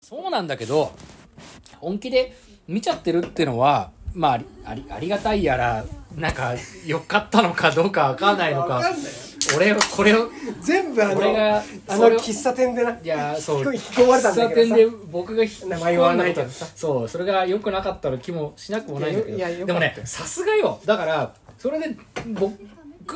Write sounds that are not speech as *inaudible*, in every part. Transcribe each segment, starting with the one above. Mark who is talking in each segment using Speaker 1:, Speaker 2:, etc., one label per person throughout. Speaker 1: そうなんだけど本気で見ちゃってるってのはまあありありありがたいやらなんかよかったのかどうかわかんないの
Speaker 2: わ
Speaker 1: か
Speaker 2: かんない
Speaker 1: 俺はこれを
Speaker 2: 全部あの
Speaker 1: 俺が
Speaker 2: あ
Speaker 1: そ
Speaker 2: の
Speaker 1: れを
Speaker 2: 喫茶店でない
Speaker 1: いやーそう
Speaker 2: 引き込まれたんだけどさ
Speaker 1: 喫茶店で僕がひ
Speaker 2: 名前言わないけどさ
Speaker 1: そうそれが良くなかったの気もしなくもないんだけど
Speaker 2: いやよいやよ
Speaker 1: で
Speaker 2: か
Speaker 1: も
Speaker 2: ったよ
Speaker 1: ねさすがよだからそれで僕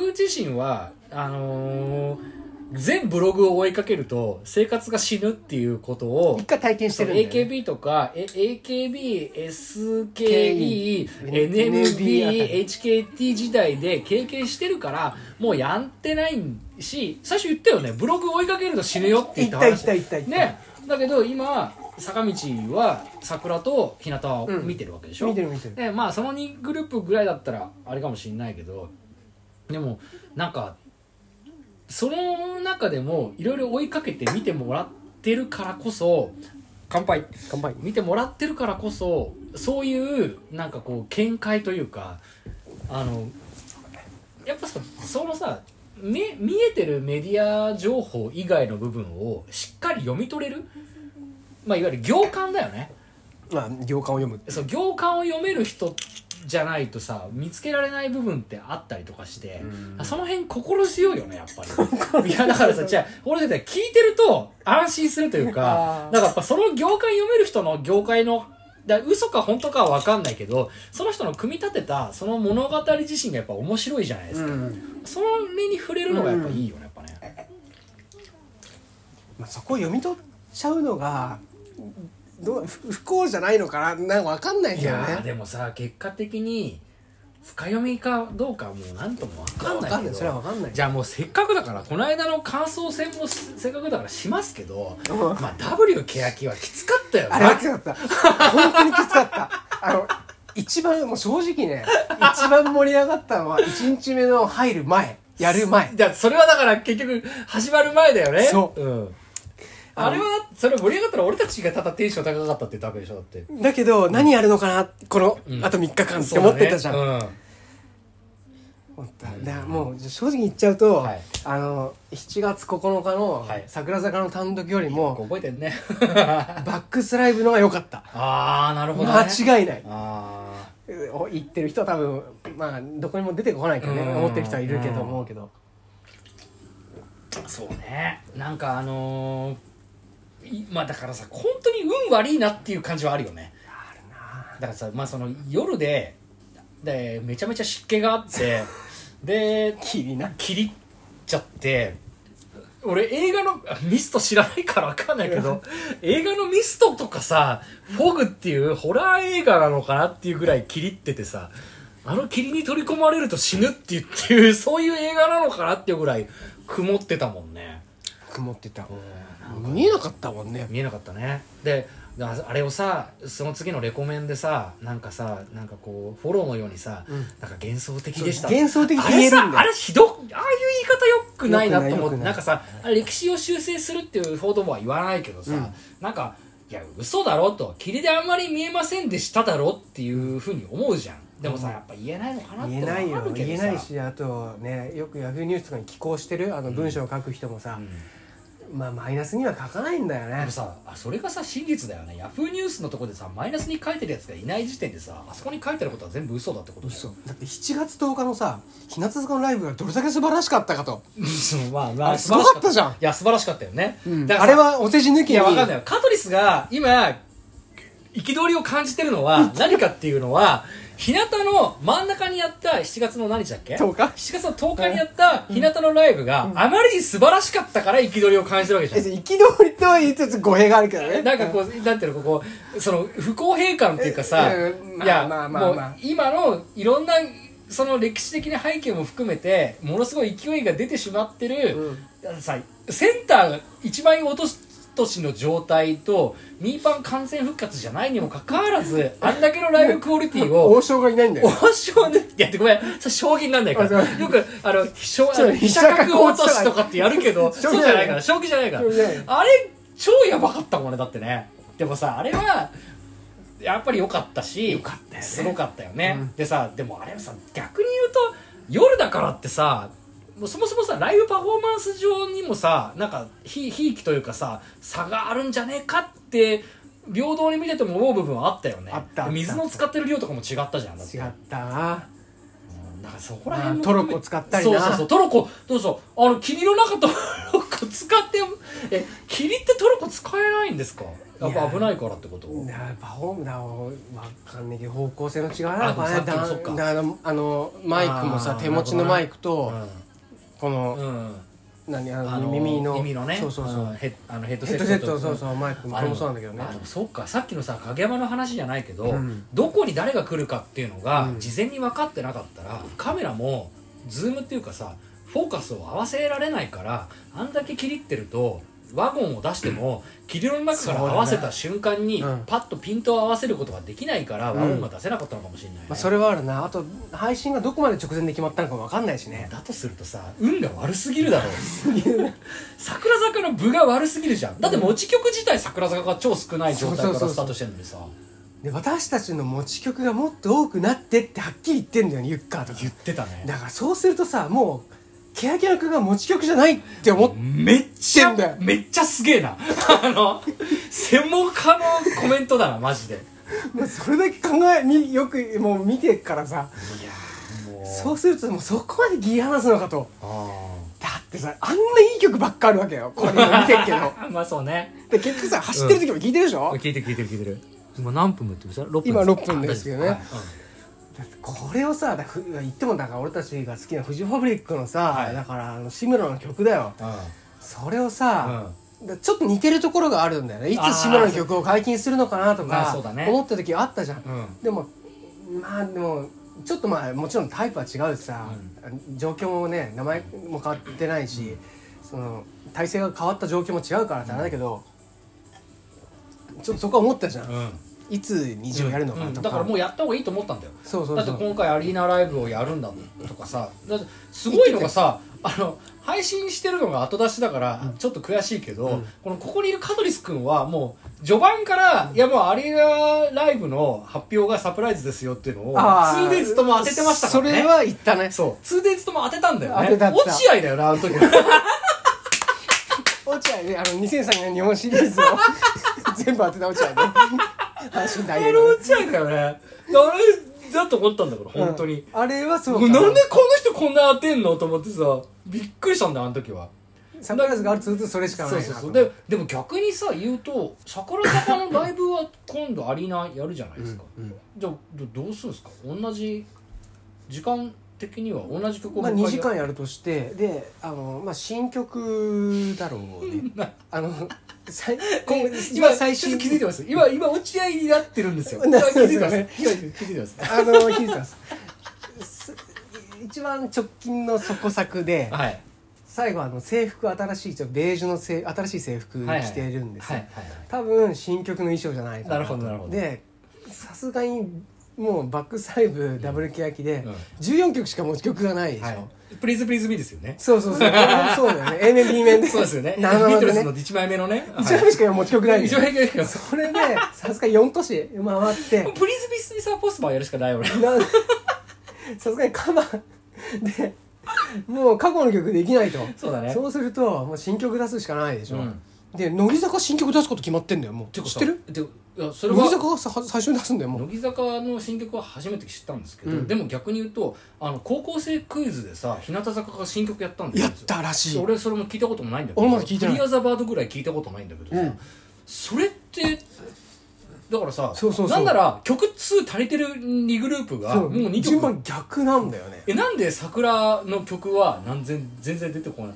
Speaker 1: 自身はあのー全ブログを追いかけると生活が死ぬっていうことを
Speaker 2: 一回体験してるんだよ、ね、
Speaker 1: AKB とか、え AKB、SKE
Speaker 2: KE、
Speaker 1: NMB、HKT 時代で経験してるから、もうやってないし、最初言ったよね、ブログ追いかけると死ぬよって言った
Speaker 2: 言った言った言った
Speaker 1: ね。だけど今、坂道は桜と日向を見てるわけでしょ、
Speaker 2: 見てる見てる
Speaker 1: でまあその2グループぐらいだったらあれかもしれないけどでもなんかその中でもいろいろ追いかけて見てもらってるからこそ乾杯
Speaker 2: 乾杯
Speaker 1: 見てもらってるからこそそういうなんかこう見解というかあのやっぱさそのさめ見えてるメディア情報以外の部分をしっかり読み取れる、まあ、いわゆる行間だよね
Speaker 2: まあ行間を読む
Speaker 1: そう行間を読める人じゃないとさ見つけられない部分ってあったりとかしてその辺心強いよねやっぱりいやだからさじゃあ俺たちは聞いてると安心するというか
Speaker 2: あー
Speaker 1: だからやっぱその行間読める人の業界のだ嘘か本当かは分かんないけどその人の組み立てたその物語自身がやっぱ面白いじゃないですか、
Speaker 2: ん、
Speaker 1: それに触れるのがやっぱいいよねやっぱね、
Speaker 2: まあ、そこを読み取っちゃうのがどう不不幸じゃないのかななんかわかんない
Speaker 1: い
Speaker 2: けど
Speaker 1: やー
Speaker 2: ね
Speaker 1: でもさ結果的に深読みかどうかはもう何とも分かん
Speaker 2: わ
Speaker 1: ない
Speaker 2: か
Speaker 1: け
Speaker 2: んな
Speaker 1: ど
Speaker 2: いそれはわかんない
Speaker 1: じゃあもうせっかくだからこの間の感想戦もせせっかくだからしますけど、
Speaker 2: うん
Speaker 1: まあ W ケヤキはきつかったよ
Speaker 2: あれは
Speaker 1: ね
Speaker 2: きつかった。本当にきつかった。あの、一番、もう正直ね、一番盛り上がったのは、一日目の入る前、やる前。
Speaker 1: じゃあそれは *laughs* だから結局始まる前だよね、
Speaker 2: そう
Speaker 1: ん、あれはそれ盛り上がったら俺たちがただテンション高かったって言ったわけでしょだって
Speaker 2: だけど、何やるのかな、この
Speaker 1: う、ん
Speaker 2: あと3日間って思ってたじゃん。
Speaker 1: そうだね
Speaker 2: 思っただからもう、正直言っちゃうと、
Speaker 1: はい
Speaker 2: あの、7月9日の
Speaker 1: はい
Speaker 2: 桜坂の単独より
Speaker 1: うん、
Speaker 2: も、
Speaker 1: 覚えてんね *laughs*
Speaker 2: バックスライブのが良かった。
Speaker 1: ああなるほど、ね、
Speaker 2: 間違いない。
Speaker 1: ああ
Speaker 2: お言ってる人は多分、まあ、どこにも出てこないけどね、
Speaker 1: うん
Speaker 2: 思ってる人はいるけど思うけど。
Speaker 1: そうねなんかあのーいまあだからさ本当に運悪いなっていう感じはあるよね
Speaker 2: あるな
Speaker 1: だからさ、まあ、その夜ででめちゃめちゃ湿気があってで
Speaker 2: ぁ気になる。
Speaker 1: 切りちゃって俺映画のあミスト知らないから分かんないけど映画のミストとかさフォグっていうホラー映画なのかなっていうぐらい切りっててさあの霧に取り込まれると死ぬっていうっていうそういう映画なのかなっていうぐらい曇ってたもんね
Speaker 2: 曇ってた。見えなかったもんね
Speaker 1: 見えなかったねでああれをさその次のレコメンでさなんかさなんかこうフォローのようにさ、
Speaker 2: ん
Speaker 1: なんか幻想的でした
Speaker 2: 幻想的
Speaker 1: あ
Speaker 2: に言
Speaker 1: れ
Speaker 2: える
Speaker 1: さ
Speaker 2: んだ
Speaker 1: あ
Speaker 2: よ
Speaker 1: れひどっああいう言い方よくないなと思
Speaker 2: よ
Speaker 1: っ
Speaker 2: く
Speaker 1: て
Speaker 2: ないよくない
Speaker 1: なんかさあれ歴史を修正するっていう報道もは言わないけどさ、
Speaker 2: うん
Speaker 1: なんかいや嘘だろと霧であんまり見えませんでしただろっていうふうに思うじゃんでもさ、
Speaker 2: うん
Speaker 1: やっぱ言えないのかなって
Speaker 2: 言えない
Speaker 1: のはあ
Speaker 2: よ
Speaker 1: るけ
Speaker 2: 言
Speaker 1: ど
Speaker 2: え
Speaker 1: さ
Speaker 2: ないしあとねよくヤフーニュースとかに寄稿してるあの文章を書く人もさ、まあマイナスには書かないんだよ
Speaker 1: で
Speaker 2: ね
Speaker 1: もさあそれがさ真実だよねヤフーニュースのとこでさマイナスに書いてるやつがいない時点でさあそこに書いてあることは全部嘘だってことだよ
Speaker 2: 嘘だって7月10日のさ日向坂のライブがどれだけ素晴らしかったかと、
Speaker 1: そうまあま
Speaker 2: あ
Speaker 1: あ
Speaker 2: れすごかったじゃん
Speaker 1: いや素晴らしかったよね、だか
Speaker 2: あ
Speaker 1: ら
Speaker 2: れ
Speaker 1: さ
Speaker 2: はお世辞抜き
Speaker 1: い
Speaker 2: に
Speaker 1: やわかんないよカトリスが今憤りを感じてるのは何かっていうのは日向の真ん中にやった7月の何日だっけ
Speaker 2: 10日
Speaker 1: ?7 月の10日にやった日向のライブがあまりに素晴らしかったから憤りを感じてるわけじゃん
Speaker 2: え憤りとは言いつつ語弊があるけどね
Speaker 1: なんかこう、なんていうの、ここ、その、不公平感っていうかさ、
Speaker 2: えうんまあ
Speaker 1: いや、
Speaker 2: まあまあ
Speaker 1: も
Speaker 2: まあ
Speaker 1: う、今の、いろんな、その歴史的な背景も含めて、ものすごい勢いが出てしまってる、さ、センターが一番落とし、年の状態とミーパン完全復活じゃないにもかかわらずあんだけのライブクオリティを
Speaker 2: 王将がいないんだよ
Speaker 1: 王将で、いや、ごめん、それ将棋になんないから。
Speaker 2: あそう
Speaker 1: よく、あの、飛車、あ
Speaker 2: そう
Speaker 1: の飛車角落としとかってやるけど、そ
Speaker 2: 将棋
Speaker 1: う
Speaker 2: じ
Speaker 1: じ
Speaker 2: ゃ
Speaker 1: ゃ
Speaker 2: ない
Speaker 1: ないから、将棋じゃないから
Speaker 2: 将棋じゃない。
Speaker 1: あれ、超やばかったもんね、だってね。でもさ、あれは、やっぱり良かったし、すごかったよね。でさ、でもあれはさ、逆に言うと、夜だからってさ、もうそもそもさ、ライブパフォーマンス上にもさ、なんか、ひ、ひいきというかさ、差があるんじゃねえかって、平等に見てても思う部分はあったよね
Speaker 2: あったあった
Speaker 1: 水の使ってる量とかも違ったじゃんだって
Speaker 2: 違ったな
Speaker 1: だからそこら辺も
Speaker 2: まあトロッコ使ったり
Speaker 1: そう
Speaker 2: な
Speaker 1: そうそうトロッコそうそうあの霧の中トロッコ使って *laughs* え霧ってトロッコ使えないんですかやっぱ危ないからってこと
Speaker 2: なパフォームだわかんないけど方向性の違いなのか
Speaker 1: あ
Speaker 2: ね
Speaker 1: でもさっきもそっか
Speaker 2: だだあのあのマイクも
Speaker 1: あ
Speaker 2: さ
Speaker 1: ー
Speaker 2: 手持ちのマイクと、こ
Speaker 1: う
Speaker 2: の、
Speaker 1: ん、うん
Speaker 2: 何あの
Speaker 1: あの
Speaker 2: 耳の
Speaker 1: 耳のね
Speaker 2: そうそうそう、
Speaker 1: んヘッあのヘッド
Speaker 2: ヘ
Speaker 1: セ
Speaker 2: ッ
Speaker 1: ット
Speaker 2: ド
Speaker 1: と
Speaker 2: セットそうそうマイクも
Speaker 1: あ
Speaker 2: こ
Speaker 1: れも
Speaker 2: れもそうなんだけどね
Speaker 1: あでもそうかさっきのさ影山の話じゃないけど、
Speaker 2: うん
Speaker 1: どこに誰が来るかっていうのが
Speaker 2: うん
Speaker 1: 事前に分かってなかったら、カメラもズームっていうかさフォーカスを合わせられないからあんだけ切りってるとワゴンを出しても霧の中から合わせた瞬間に
Speaker 2: そうだねうん
Speaker 1: パッとピントを合わせることができないから
Speaker 2: うん
Speaker 1: ワゴンが出せなかったのかもしれないね、
Speaker 2: まあ、それはあるなあと配信がどこまで直前で決まったのかわかんないしね
Speaker 1: だとするとさ運が悪すぎるだ
Speaker 2: *laughs*
Speaker 1: ろう桜坂の部が悪すぎるじゃんだって持ち曲自体桜坂が超少ない状態から
Speaker 2: そうそうそうそう
Speaker 1: スタートしてるのにさ
Speaker 2: で私たちの持ち曲がもっと多くなってってはっきり言ってんだよねユッカーとか
Speaker 1: 言ってたね
Speaker 2: だからそうするとさもうケヤケヤ君が持ち曲じゃないって思っ
Speaker 1: めっち
Speaker 2: 言ってんだ
Speaker 1: ゃ
Speaker 2: よ
Speaker 1: めっちゃすげえな *laughs* あの専門家のコメントだなマジでい
Speaker 2: もうそれだけ考えによくもう見てからさ
Speaker 1: やーもう
Speaker 2: そうするともうそこまでギリ話すのかと
Speaker 1: あ
Speaker 2: だってさあんないい曲ばっかあるわけよこれ今見てるけど
Speaker 1: あまあそうね
Speaker 2: で結局さ走ってる時も聞いてるでしょ、
Speaker 1: 聞いてる聞いてる聞いてる今何分も言ってるさ6分
Speaker 2: 今6分ですけどね
Speaker 1: はい
Speaker 2: だってこれをさだふ言ってもだから俺たちが好きなフジファブリックのさ、
Speaker 1: はい
Speaker 2: だからあの志村の曲だよ
Speaker 1: うん
Speaker 2: それを
Speaker 1: うん
Speaker 2: さ、だちょっと似てるところがあるんだよねい
Speaker 1: あー
Speaker 2: つ志村の曲を解禁するのかなと
Speaker 1: まあ
Speaker 2: か
Speaker 1: そうだね
Speaker 2: 思った時あったじゃん、
Speaker 1: うん
Speaker 2: でもまあでもちょっとまあもちろんタイプは違うしさ、状況もね名前も変わってないし、その体制が変わった状況も違うからってあれだけど、ちょっとそこは思ったじゃん、
Speaker 1: うん
Speaker 2: いつ20をやるのかとか、
Speaker 1: うんだからもうやった方がいいと思ったんだよ
Speaker 2: そうそうそう
Speaker 1: だって今回アリーナライブをやるんだとかさだってすごいのがさあの配信してるのが後出しだからちょっと悔しいけど、
Speaker 2: うん
Speaker 1: このここにいる香取君はもう序盤から、いやもうアリーナライブの発表がサプライズですよっていうのを
Speaker 2: あー
Speaker 1: 2days とも当ててましたからね
Speaker 2: それは言ったね
Speaker 1: そう2 days とも当てたんだよ
Speaker 2: 当
Speaker 1: ね
Speaker 2: てた当て
Speaker 1: 落
Speaker 2: た
Speaker 1: 合だよな *laughs* あの時は
Speaker 2: 落合ねあの2003年の日本シリー
Speaker 1: *laughs*
Speaker 2: ズを全部当てた落合ね阪神
Speaker 1: あ
Speaker 2: 大
Speaker 1: れ
Speaker 2: リーグ
Speaker 1: 落合だよねあれだと思ったんだから
Speaker 2: の
Speaker 1: 本当に、
Speaker 2: うんあれはそう
Speaker 1: もう
Speaker 2: か
Speaker 1: なんでこの人こんな当てんのと思ってさびっくりしたんだよあの時は
Speaker 2: サプライズがあるとするとそれしかない
Speaker 1: そうそ
Speaker 2: な
Speaker 1: うそう
Speaker 2: と
Speaker 1: ででも逆にさ言うと桜坂のライブは今度アリーナやるじゃないですか、
Speaker 2: うんうん
Speaker 1: じゃあどどうするんですか同じ時間的には同じ曲を
Speaker 2: まあ
Speaker 1: もう
Speaker 2: 2
Speaker 1: 一
Speaker 2: 時
Speaker 1: 回
Speaker 2: 間やるとしてであの、まあ、新曲だろ
Speaker 1: *laughs*
Speaker 2: うねあの最今
Speaker 1: *laughs* 今
Speaker 2: 今
Speaker 1: 最
Speaker 2: 最
Speaker 1: 初
Speaker 2: 新
Speaker 1: 気づいてます今今落合になってるんですよ今
Speaker 2: *laughs* な
Speaker 1: 気づいてます *laughs*
Speaker 2: な
Speaker 1: 今気づいてます
Speaker 2: あの聞いてますす一番直近の底作で *laughs*
Speaker 1: はい
Speaker 2: 最後あの制服新しいちょっとベージュのせ新しい制服着てるんですよ
Speaker 1: はいはいはい
Speaker 2: 多分新曲の衣装じゃないか
Speaker 1: なるほどなるほど
Speaker 2: でさすがにもうバックサイブダブルケヤキで
Speaker 1: うん
Speaker 2: 14曲しか持ち曲がないでしょ、
Speaker 1: はいプリーズプリーズミーですよ
Speaker 2: *laughs*
Speaker 1: ね
Speaker 2: そ
Speaker 1: *laughs*
Speaker 2: うそうそうこれもそうだよね A 面 B 面で
Speaker 1: そうですよねビ
Speaker 2: 生々
Speaker 1: ートル
Speaker 2: で
Speaker 1: ズ
Speaker 2: ね
Speaker 1: の1枚目のね
Speaker 2: 1枚目しか持ち曲ないんで
Speaker 1: 一枚目しか
Speaker 2: それでさすがに4都市回って
Speaker 1: *laughs* プリーズビスにさポスバーやるしかない俺
Speaker 2: なさすがにカバーでもう過去の曲できないと
Speaker 1: そうだね
Speaker 2: そうするともう新曲出すしかないでしょ、
Speaker 1: うん
Speaker 2: で乃木坂新曲出すこと決まってんだよもう
Speaker 1: てか
Speaker 2: 知
Speaker 1: さ
Speaker 2: ってる
Speaker 1: ていやそれは
Speaker 2: 乃木坂がさ最初に出すんだよもう
Speaker 1: 乃木坂の新曲は初めて知ったんですけど、
Speaker 2: うん
Speaker 1: でも逆に言うとあの高校生クイズでさ日向坂が新曲やったんです
Speaker 2: や
Speaker 1: よ
Speaker 2: ったらしい
Speaker 1: 俺それも聞いたこともないんだけど
Speaker 2: 俺まだ聞いてない
Speaker 1: クリア・ザ・バードぐらい聞いたことないんだけどさ、
Speaker 2: うん
Speaker 1: それってだからさ
Speaker 2: そうそうそう
Speaker 1: なんなら曲数足りてる2グループがも
Speaker 2: そうう
Speaker 1: 2
Speaker 2: 順
Speaker 1: 曲
Speaker 2: 番逆なんだよね
Speaker 1: えなんで桜の曲は何千全然出てこない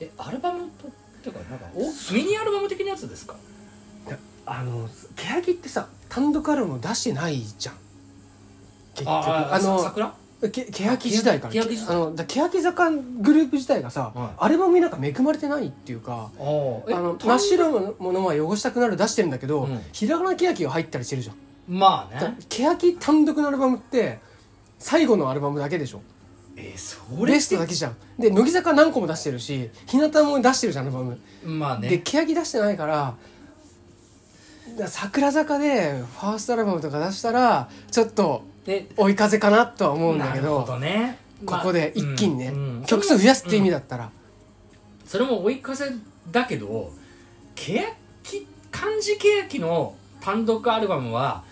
Speaker 1: えアルバムとっていうかなんかおミニアルバム的なやつですか
Speaker 2: あの欅ってさ単独アルバム出してないじゃん結局
Speaker 1: あ
Speaker 2: あ
Speaker 1: あの
Speaker 2: の
Speaker 1: 桜
Speaker 2: け欅時代から
Speaker 1: 欅時代
Speaker 2: あのだ欅坂グループ自体がさ、
Speaker 1: はい
Speaker 2: アルバムになんか恵まれてないっていうか
Speaker 1: あーえ
Speaker 2: あの
Speaker 1: 単
Speaker 2: 真っ白のものは汚したくなる出してるんだけど、
Speaker 1: うん
Speaker 2: ひらがな欅が入ったりしてるじゃん
Speaker 1: まあ
Speaker 2: だ
Speaker 1: ね
Speaker 2: 欅単独のアルバムって最後のアルバムだけでしょ
Speaker 1: えそれ
Speaker 2: レストだけじゃんで乃木坂何個も出してるし日向も出してるじゃんアルバム、
Speaker 1: まあね
Speaker 2: で欅出してないからだから桜坂でファーストアルバムとか出したらちょっと
Speaker 1: で
Speaker 2: 追い風かなとは思うんだ
Speaker 1: な
Speaker 2: け
Speaker 1: る
Speaker 2: ど
Speaker 1: ほどね
Speaker 2: ここで一気にね、
Speaker 1: まあうんうん
Speaker 2: 曲数増やすって意味だったら、
Speaker 1: それも追い風だけど欅漢字欅の単独アルバムは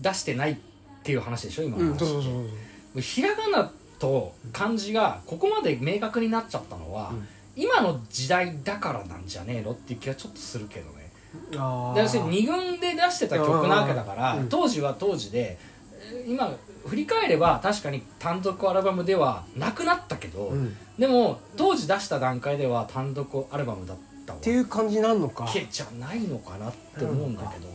Speaker 1: 出してないっていう話でしょ今の話
Speaker 2: そうそうそうそう
Speaker 1: ひらがなと漢字がここまで明確になっちゃったのは、
Speaker 2: うん
Speaker 1: 今の時代だからなんじゃねえのっていう気がちょっとするけどね
Speaker 2: あ
Speaker 1: だから二軍で出してた曲なわけだから、
Speaker 2: うん
Speaker 1: 当時は当時でえー今振り返れば確かに単独アルバムではなくなったけど、
Speaker 2: うんっ
Speaker 1: でも当時出した段階では単独アルバムだったわ
Speaker 2: ていう感じになんのか
Speaker 1: けじゃないのかなって思うんだけど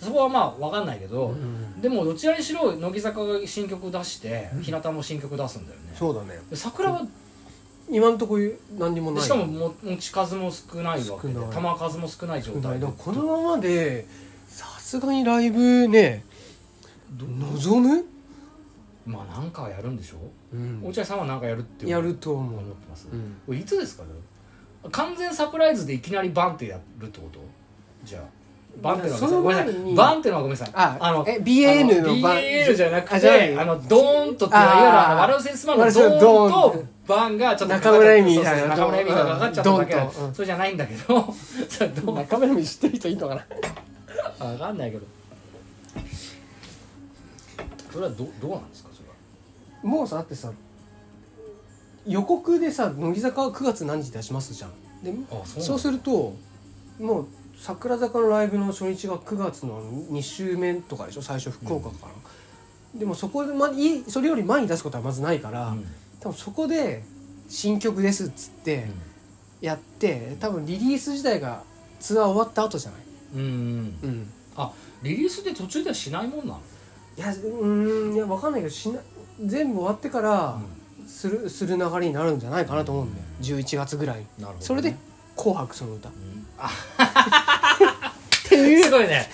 Speaker 1: そこはまあ分かんないけど、
Speaker 2: うん
Speaker 1: でもどちらにしろ乃木坂が新曲出して、
Speaker 2: うん
Speaker 1: 日向も新曲出すんだよね
Speaker 2: そうだね
Speaker 1: 桜は
Speaker 2: 今んとこ何にもない
Speaker 1: しかもも持ち数も少ないわけで
Speaker 2: 少ない
Speaker 1: 球数も少ない状
Speaker 2: 少な
Speaker 1: 態
Speaker 2: い
Speaker 1: で
Speaker 2: だからこのままでさすがにライブね
Speaker 1: ど
Speaker 2: 望む、
Speaker 1: まあなんかやるんでしょ
Speaker 2: うん
Speaker 1: 落合さんはなんかやるって
Speaker 2: やると思う
Speaker 1: 思ってます、
Speaker 2: うん
Speaker 1: これいつですかね完全サプライズでいきなりバンってやるってことじゃあバンってのはごめんなさい
Speaker 2: その前に
Speaker 1: バンってのはごめんなさい
Speaker 2: あ
Speaker 1: の
Speaker 2: え BAN のバン
Speaker 1: BAN じゃなく
Speaker 2: あじゃない
Speaker 1: てあのドーンとってい
Speaker 2: あ
Speaker 1: わ
Speaker 2: ー
Speaker 1: ゆるあのワルセンスマンの
Speaker 2: ワルセンス
Speaker 1: ドーン
Speaker 2: ドー
Speaker 1: と
Speaker 2: ン
Speaker 1: バンがちょっと
Speaker 2: 中村恵美みたいな
Speaker 1: そうそう中村恵美がかかっちゃっただけ
Speaker 2: ドーンとうん
Speaker 1: それじゃないんだけど *laughs* それドーン
Speaker 2: 中村に知ってる人いいのかな
Speaker 1: わかんないけどそれはどどうなんですかそれは
Speaker 2: もうさだってさ予告でさ乃木坂は9月何時出しますじゃんで
Speaker 1: あそう
Speaker 2: そうするともう桜坂のライブの初日が9月の2週目とかでしょ最初福岡から、でもそこで、ま、いそれより前に出すことはまずないから、
Speaker 1: うん
Speaker 2: 多分そこで新曲ですっつってやって多分リリース自体がツアー終わった後じゃない、
Speaker 1: うん、うん、
Speaker 2: うん、
Speaker 1: あリリースで途中ではしないもんなの
Speaker 2: いやうーんいやわかんないけどしな全部終わってからする,、する流れになるんじゃないかなと思うんだよ11月ぐらい
Speaker 1: なるほどね
Speaker 2: それで「紅白その歌」っ
Speaker 1: うんあ
Speaker 2: てい
Speaker 1: *laughs*
Speaker 2: う
Speaker 1: すごいね